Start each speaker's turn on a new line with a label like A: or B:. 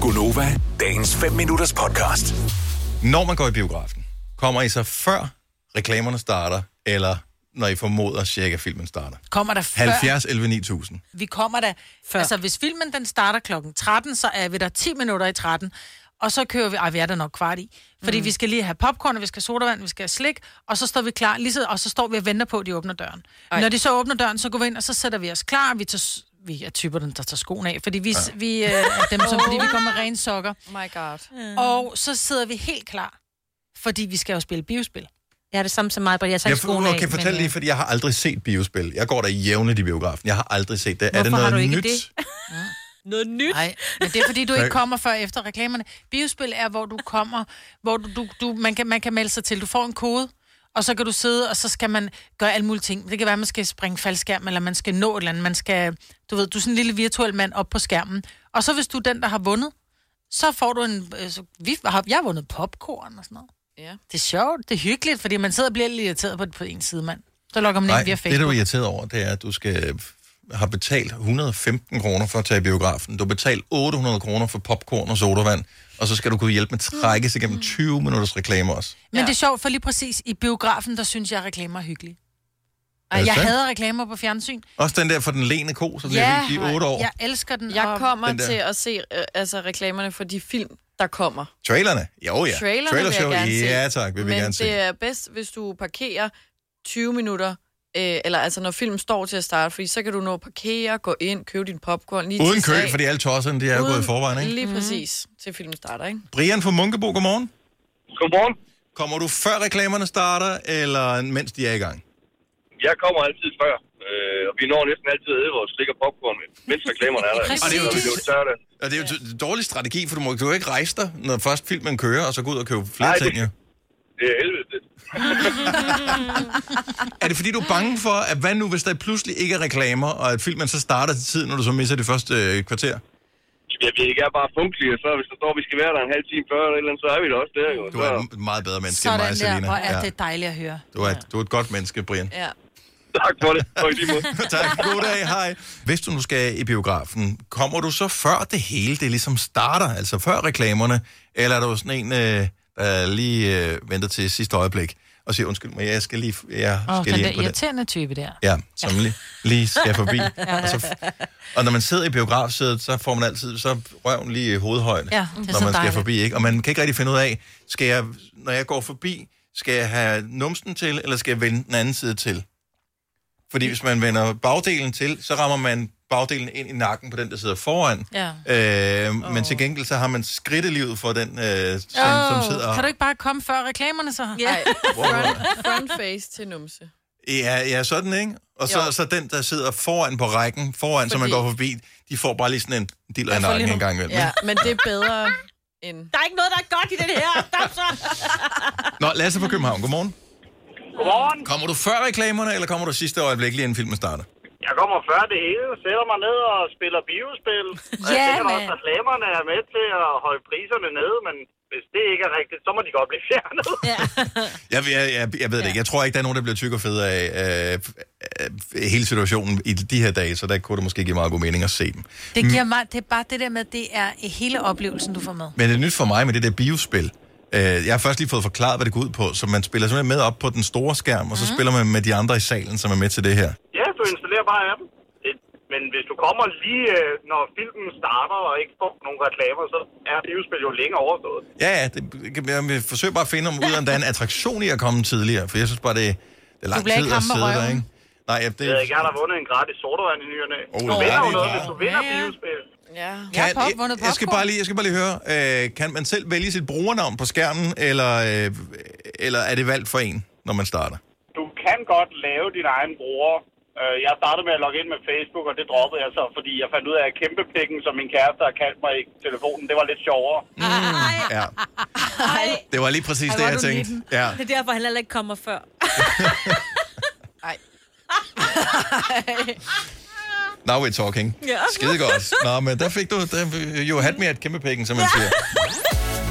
A: Gunova, dagens 5 minutters podcast.
B: Når man går i biografen, kommer I så før reklamerne starter, eller når I formoder cirka filmen starter?
C: Kommer der før?
B: 70 11 9000.
C: Vi kommer der før. Altså, hvis filmen den starter klokken 13, så er vi der 10 minutter i 13. Og så kører vi, ej, vi er der nok kvart i. Fordi mm. vi skal lige have popcorn, og vi skal have sodavand, vi skal have slik, og så står vi klar, lige så, og så står vi og venter på, at de åbner døren. Ej. Når de så åbner døren, så går vi ind, og så sætter vi os klar, og vi tager s- vi er typer, der tager skoen af, fordi vi, ja. vi øh, er dem, som, fordi vi kommer med rene sokker.
D: My God.
C: Og så sidder vi helt klar, fordi vi skal jo spille biospil.
E: Jeg er det samme som mig, men jeg tager
B: Jeg
E: ikke skoene af.
B: okay, fortæl
E: men, øh,
B: lige, fordi jeg har aldrig set biospil. Jeg går der jævnligt i biografen. Jeg har aldrig set det. er det
E: Hvorfor
B: noget
E: har du ikke
B: nyt?
E: det? øh,
D: Noget nyt.
C: Nej, men det er fordi, du
B: Nej.
C: ikke kommer før efter reklamerne. Biospil er, hvor du kommer, hvor du, du, du man, kan, man kan melde sig til. Du får en kode, og så kan du sidde, og så skal man gøre alle mulige ting. Det kan være, at man skal springe faldskærm, eller man skal nå et eller andet. Man skal, du ved, du er sådan en lille virtuel mand op på skærmen. Og så hvis du er den, der har vundet, så får du en... øh, Så, vi har, jeg har vundet popcorn og sådan noget.
D: Ja.
C: Det er sjovt, det er hyggeligt, fordi man sidder og bliver lidt irriteret på, på en side, mand. Så logger man
B: Nej,
C: ikke via
B: det du er
C: Facebook.
B: irriteret over, det er, at du skal øh, har betalt 115 kroner for at tage i biografen. Du har betalt 800 kroner for popcorn og sodavand, og så skal du kunne hjælpe med at trækkes
E: Mm.
B: igennem 20 minutters reklamer også.
C: Men
D: Ja.
C: det er sjovt, for lige præcis i biografen, der synes jeg, at reklamer er hyggelige.
B: Er
C: Ej,
B: det
C: jeg
B: sandt?
C: hader reklamer på fjernsyn.
B: Også den der for den lene ko, som
C: Ja,
B: jeg fik i 8 år.
C: Jeg elsker den.
D: Jeg kommer
B: Den der.
D: til at se øh, altså, reklamerne for de film, der kommer.
B: Trailerne? Jo, ja.
D: Trailerne
B: Trailershow?
D: vil jeg gerne se.
B: Ja, tak, vil vi
D: Men
B: gerne
D: det
B: se.
D: er bedst, hvis du parkerer 20 minutter, øh, eller altså når filmen står til at starte, fordi så kan du nå at parkere, gå ind, købe din popcorn. Lige
B: Uden
D: til
B: kø,
D: sag.
B: fordi alle tosserne, de er jo
D: Uden-
B: gået i forvejen, ikke?
E: Mhm.
D: Lige præcis, til filmen starter, ikke?
B: Brian fra Munkebo, godmorgen.
F: Godmorgen.
B: Kommer du før reklamerne starter, eller mens de er i gang?
F: Jeg kommer altid før, øh, og vi når næsten altid at æde vores slik og popcorn, mens reklamerne er der.
C: Præcis.
F: Og det er jo- det er jo lørdag.
B: Og det er jo en dårlig strategi, for du må du kan jo ikke rejse dig, når først filmen kører, og så gå ud og købe flere
F: Nej, det-
B: ting. Jo.
F: Det er helvede. det.
B: Er det fordi, du er bange for, at hvad nu, hvis der pludselig ikke er reklamer, og at filmen så starter til tiden, når du så misser det første øh, kvarter?
F: Jeg ved ikke, jeg er bare funkelig, og så hvis der står, at vi skal være der en halv time før eller et eller andet, så er vi der også der. Jo.
B: Du
F: Så,
B: er et meget bedre menneske end
C: Sådan
B: mig,
C: der,
B: Selina.
C: hvor er
B: Ja.
C: det dejligt at høre.
B: Du, er, du er et godt menneske, Brian.
D: Ja.
F: tak for det. Og i lige måde.
B: tak. God dag, hej. Hvis du nu skal i biografen, kommer du så før det hele, det ligesom starter, altså før reklamerne, eller er du sådan en, øh, der lige øh, venter til sidste øjeblik og siger, undskyld mig, jeg skal lige, jeg
C: Åh,
B: skal
C: den
B: lige
C: der
B: ind på den.
C: irriterende type der.
B: Ja, som lige, lige skal forbi. og, så, og når man sidder i biografsædet, så får man altid så røven lige i hovedhøjde,
C: Ja, det er
B: når man
C: så
B: skal
C: dejligt.
B: forbi. Ikke? Og man kan ikke rigtig finde ud af, skal jeg, når jeg går forbi, skal jeg have numsen til, eller skal jeg vende den anden side til? Fordi hvis man vender bagdelen til, så rammer man bagdelen ind i nakken på den, der sidder foran.
C: Ja.
B: Øh, oh. Men til gengæld, så har man skridtelivet for den, øh, som, oh. som sidder...
C: Kan du ikke bare komme før reklamerne så?
D: ja.
B: Wow.
D: Front, front face til numse.
B: Ja, ja, sådan, ikke? Og så,
D: Jo.
B: så den, der sidder foran på rækken, foran, Fordi... som man
D: Fordi-
B: går forbi, de får bare lige sådan en diller i
C: Jeg får
B: nakken
C: lige
B: en gang imellem.
D: Ja,
B: Ja.
D: men det er bedre end...
E: Der er ikke noget, der er godt i den her. Der er så-
B: Nå, Lasse fra København, godmorgen.
F: Godmorgen.
B: Kommer du før reklamerne, eller kommer du sidste øjeblik, lige inden filmen starter?
F: Jeg kommer før det hele, sætter mig ned og spiller biospil. Og jeg
E: Ja,
F: tænker da også,
E: mand.
F: at reklamerne er med til at holde priserne nede, men hvis det ikke er rigtigt, så må de godt blive fjernet.
B: Jeg, jeg, jeg, jeg ved det ikke. Jeg tror ikke, der er nogen, der bliver tyk og fed af øh, øh, hele situationen i de her dage, så der kunne det måske give meget god mening at se dem.
C: Det giver mig, det er bare det der med, det er hele oplevelsen, du får med.
B: Men det er nyt for mig med det der biospil. Øh, Jeg har først lige fået forklaret, hvad det går ud på, så man spiller simpelthen med op på den store skærm, og
D: Mhm.
B: så spiller man med de andre i salen, som er med til det her.
F: Ja, du installerer bare appen. Det, men hvis du kommer lige, øh, når filmen starter og ikke får nogen reklamer, så er biospil jo længe overstået.
B: Ja, ja, det, kan- jeg vil forsøge bare at finde, om ud af, der er en attraktion i at komme tidligere, for jeg synes bare, det, det er lang
C: bliver
B: tid
C: ikke
B: at
C: ham med
B: sidde der,
C: røven.
B: ikke? Nej, ja, det
F: Jeg ved ikke, jeg har da vundet en gratis sodavand i ny og næ.
B: Oh,
F: du
B: ja,
F: vinder jo
B: det er
F: noget,
B: klart.
F: hvis du vinder
C: Ja, ja.
F: biospil.
D: Ja.
C: Jeg
B: Kan,
C: har pop, vundet
B: jeg, jeg, skal bare lige, jeg skal bare lige høre, øh, kan man selv vælge sit brugernavn på skærmen, eller, øh, eller er det valgt for en, når man starter?
F: Du kan godt lave din egen bruger. Øh, Jeg startede med at logge ind med Facebook, og det droppede jeg så, fordi jeg fandt ud af, at kæmpepikken, som min kæreste har kaldt mig i telefonen, det var lidt sjovere.
B: Ja,
E: Ej,
B: det var lige præcis
E: Ej,
B: det,
E: hvor er
B: jeg
E: du
B: tænkte.
E: nitten.
B: Ja.
E: det er derfor, han heller ikke kommer før.
D: Ej.
B: Now we're talking.
E: Ja.
B: Skide godt. Nå, men der fik du, der, you had me at kæmpe pikken, som man siger.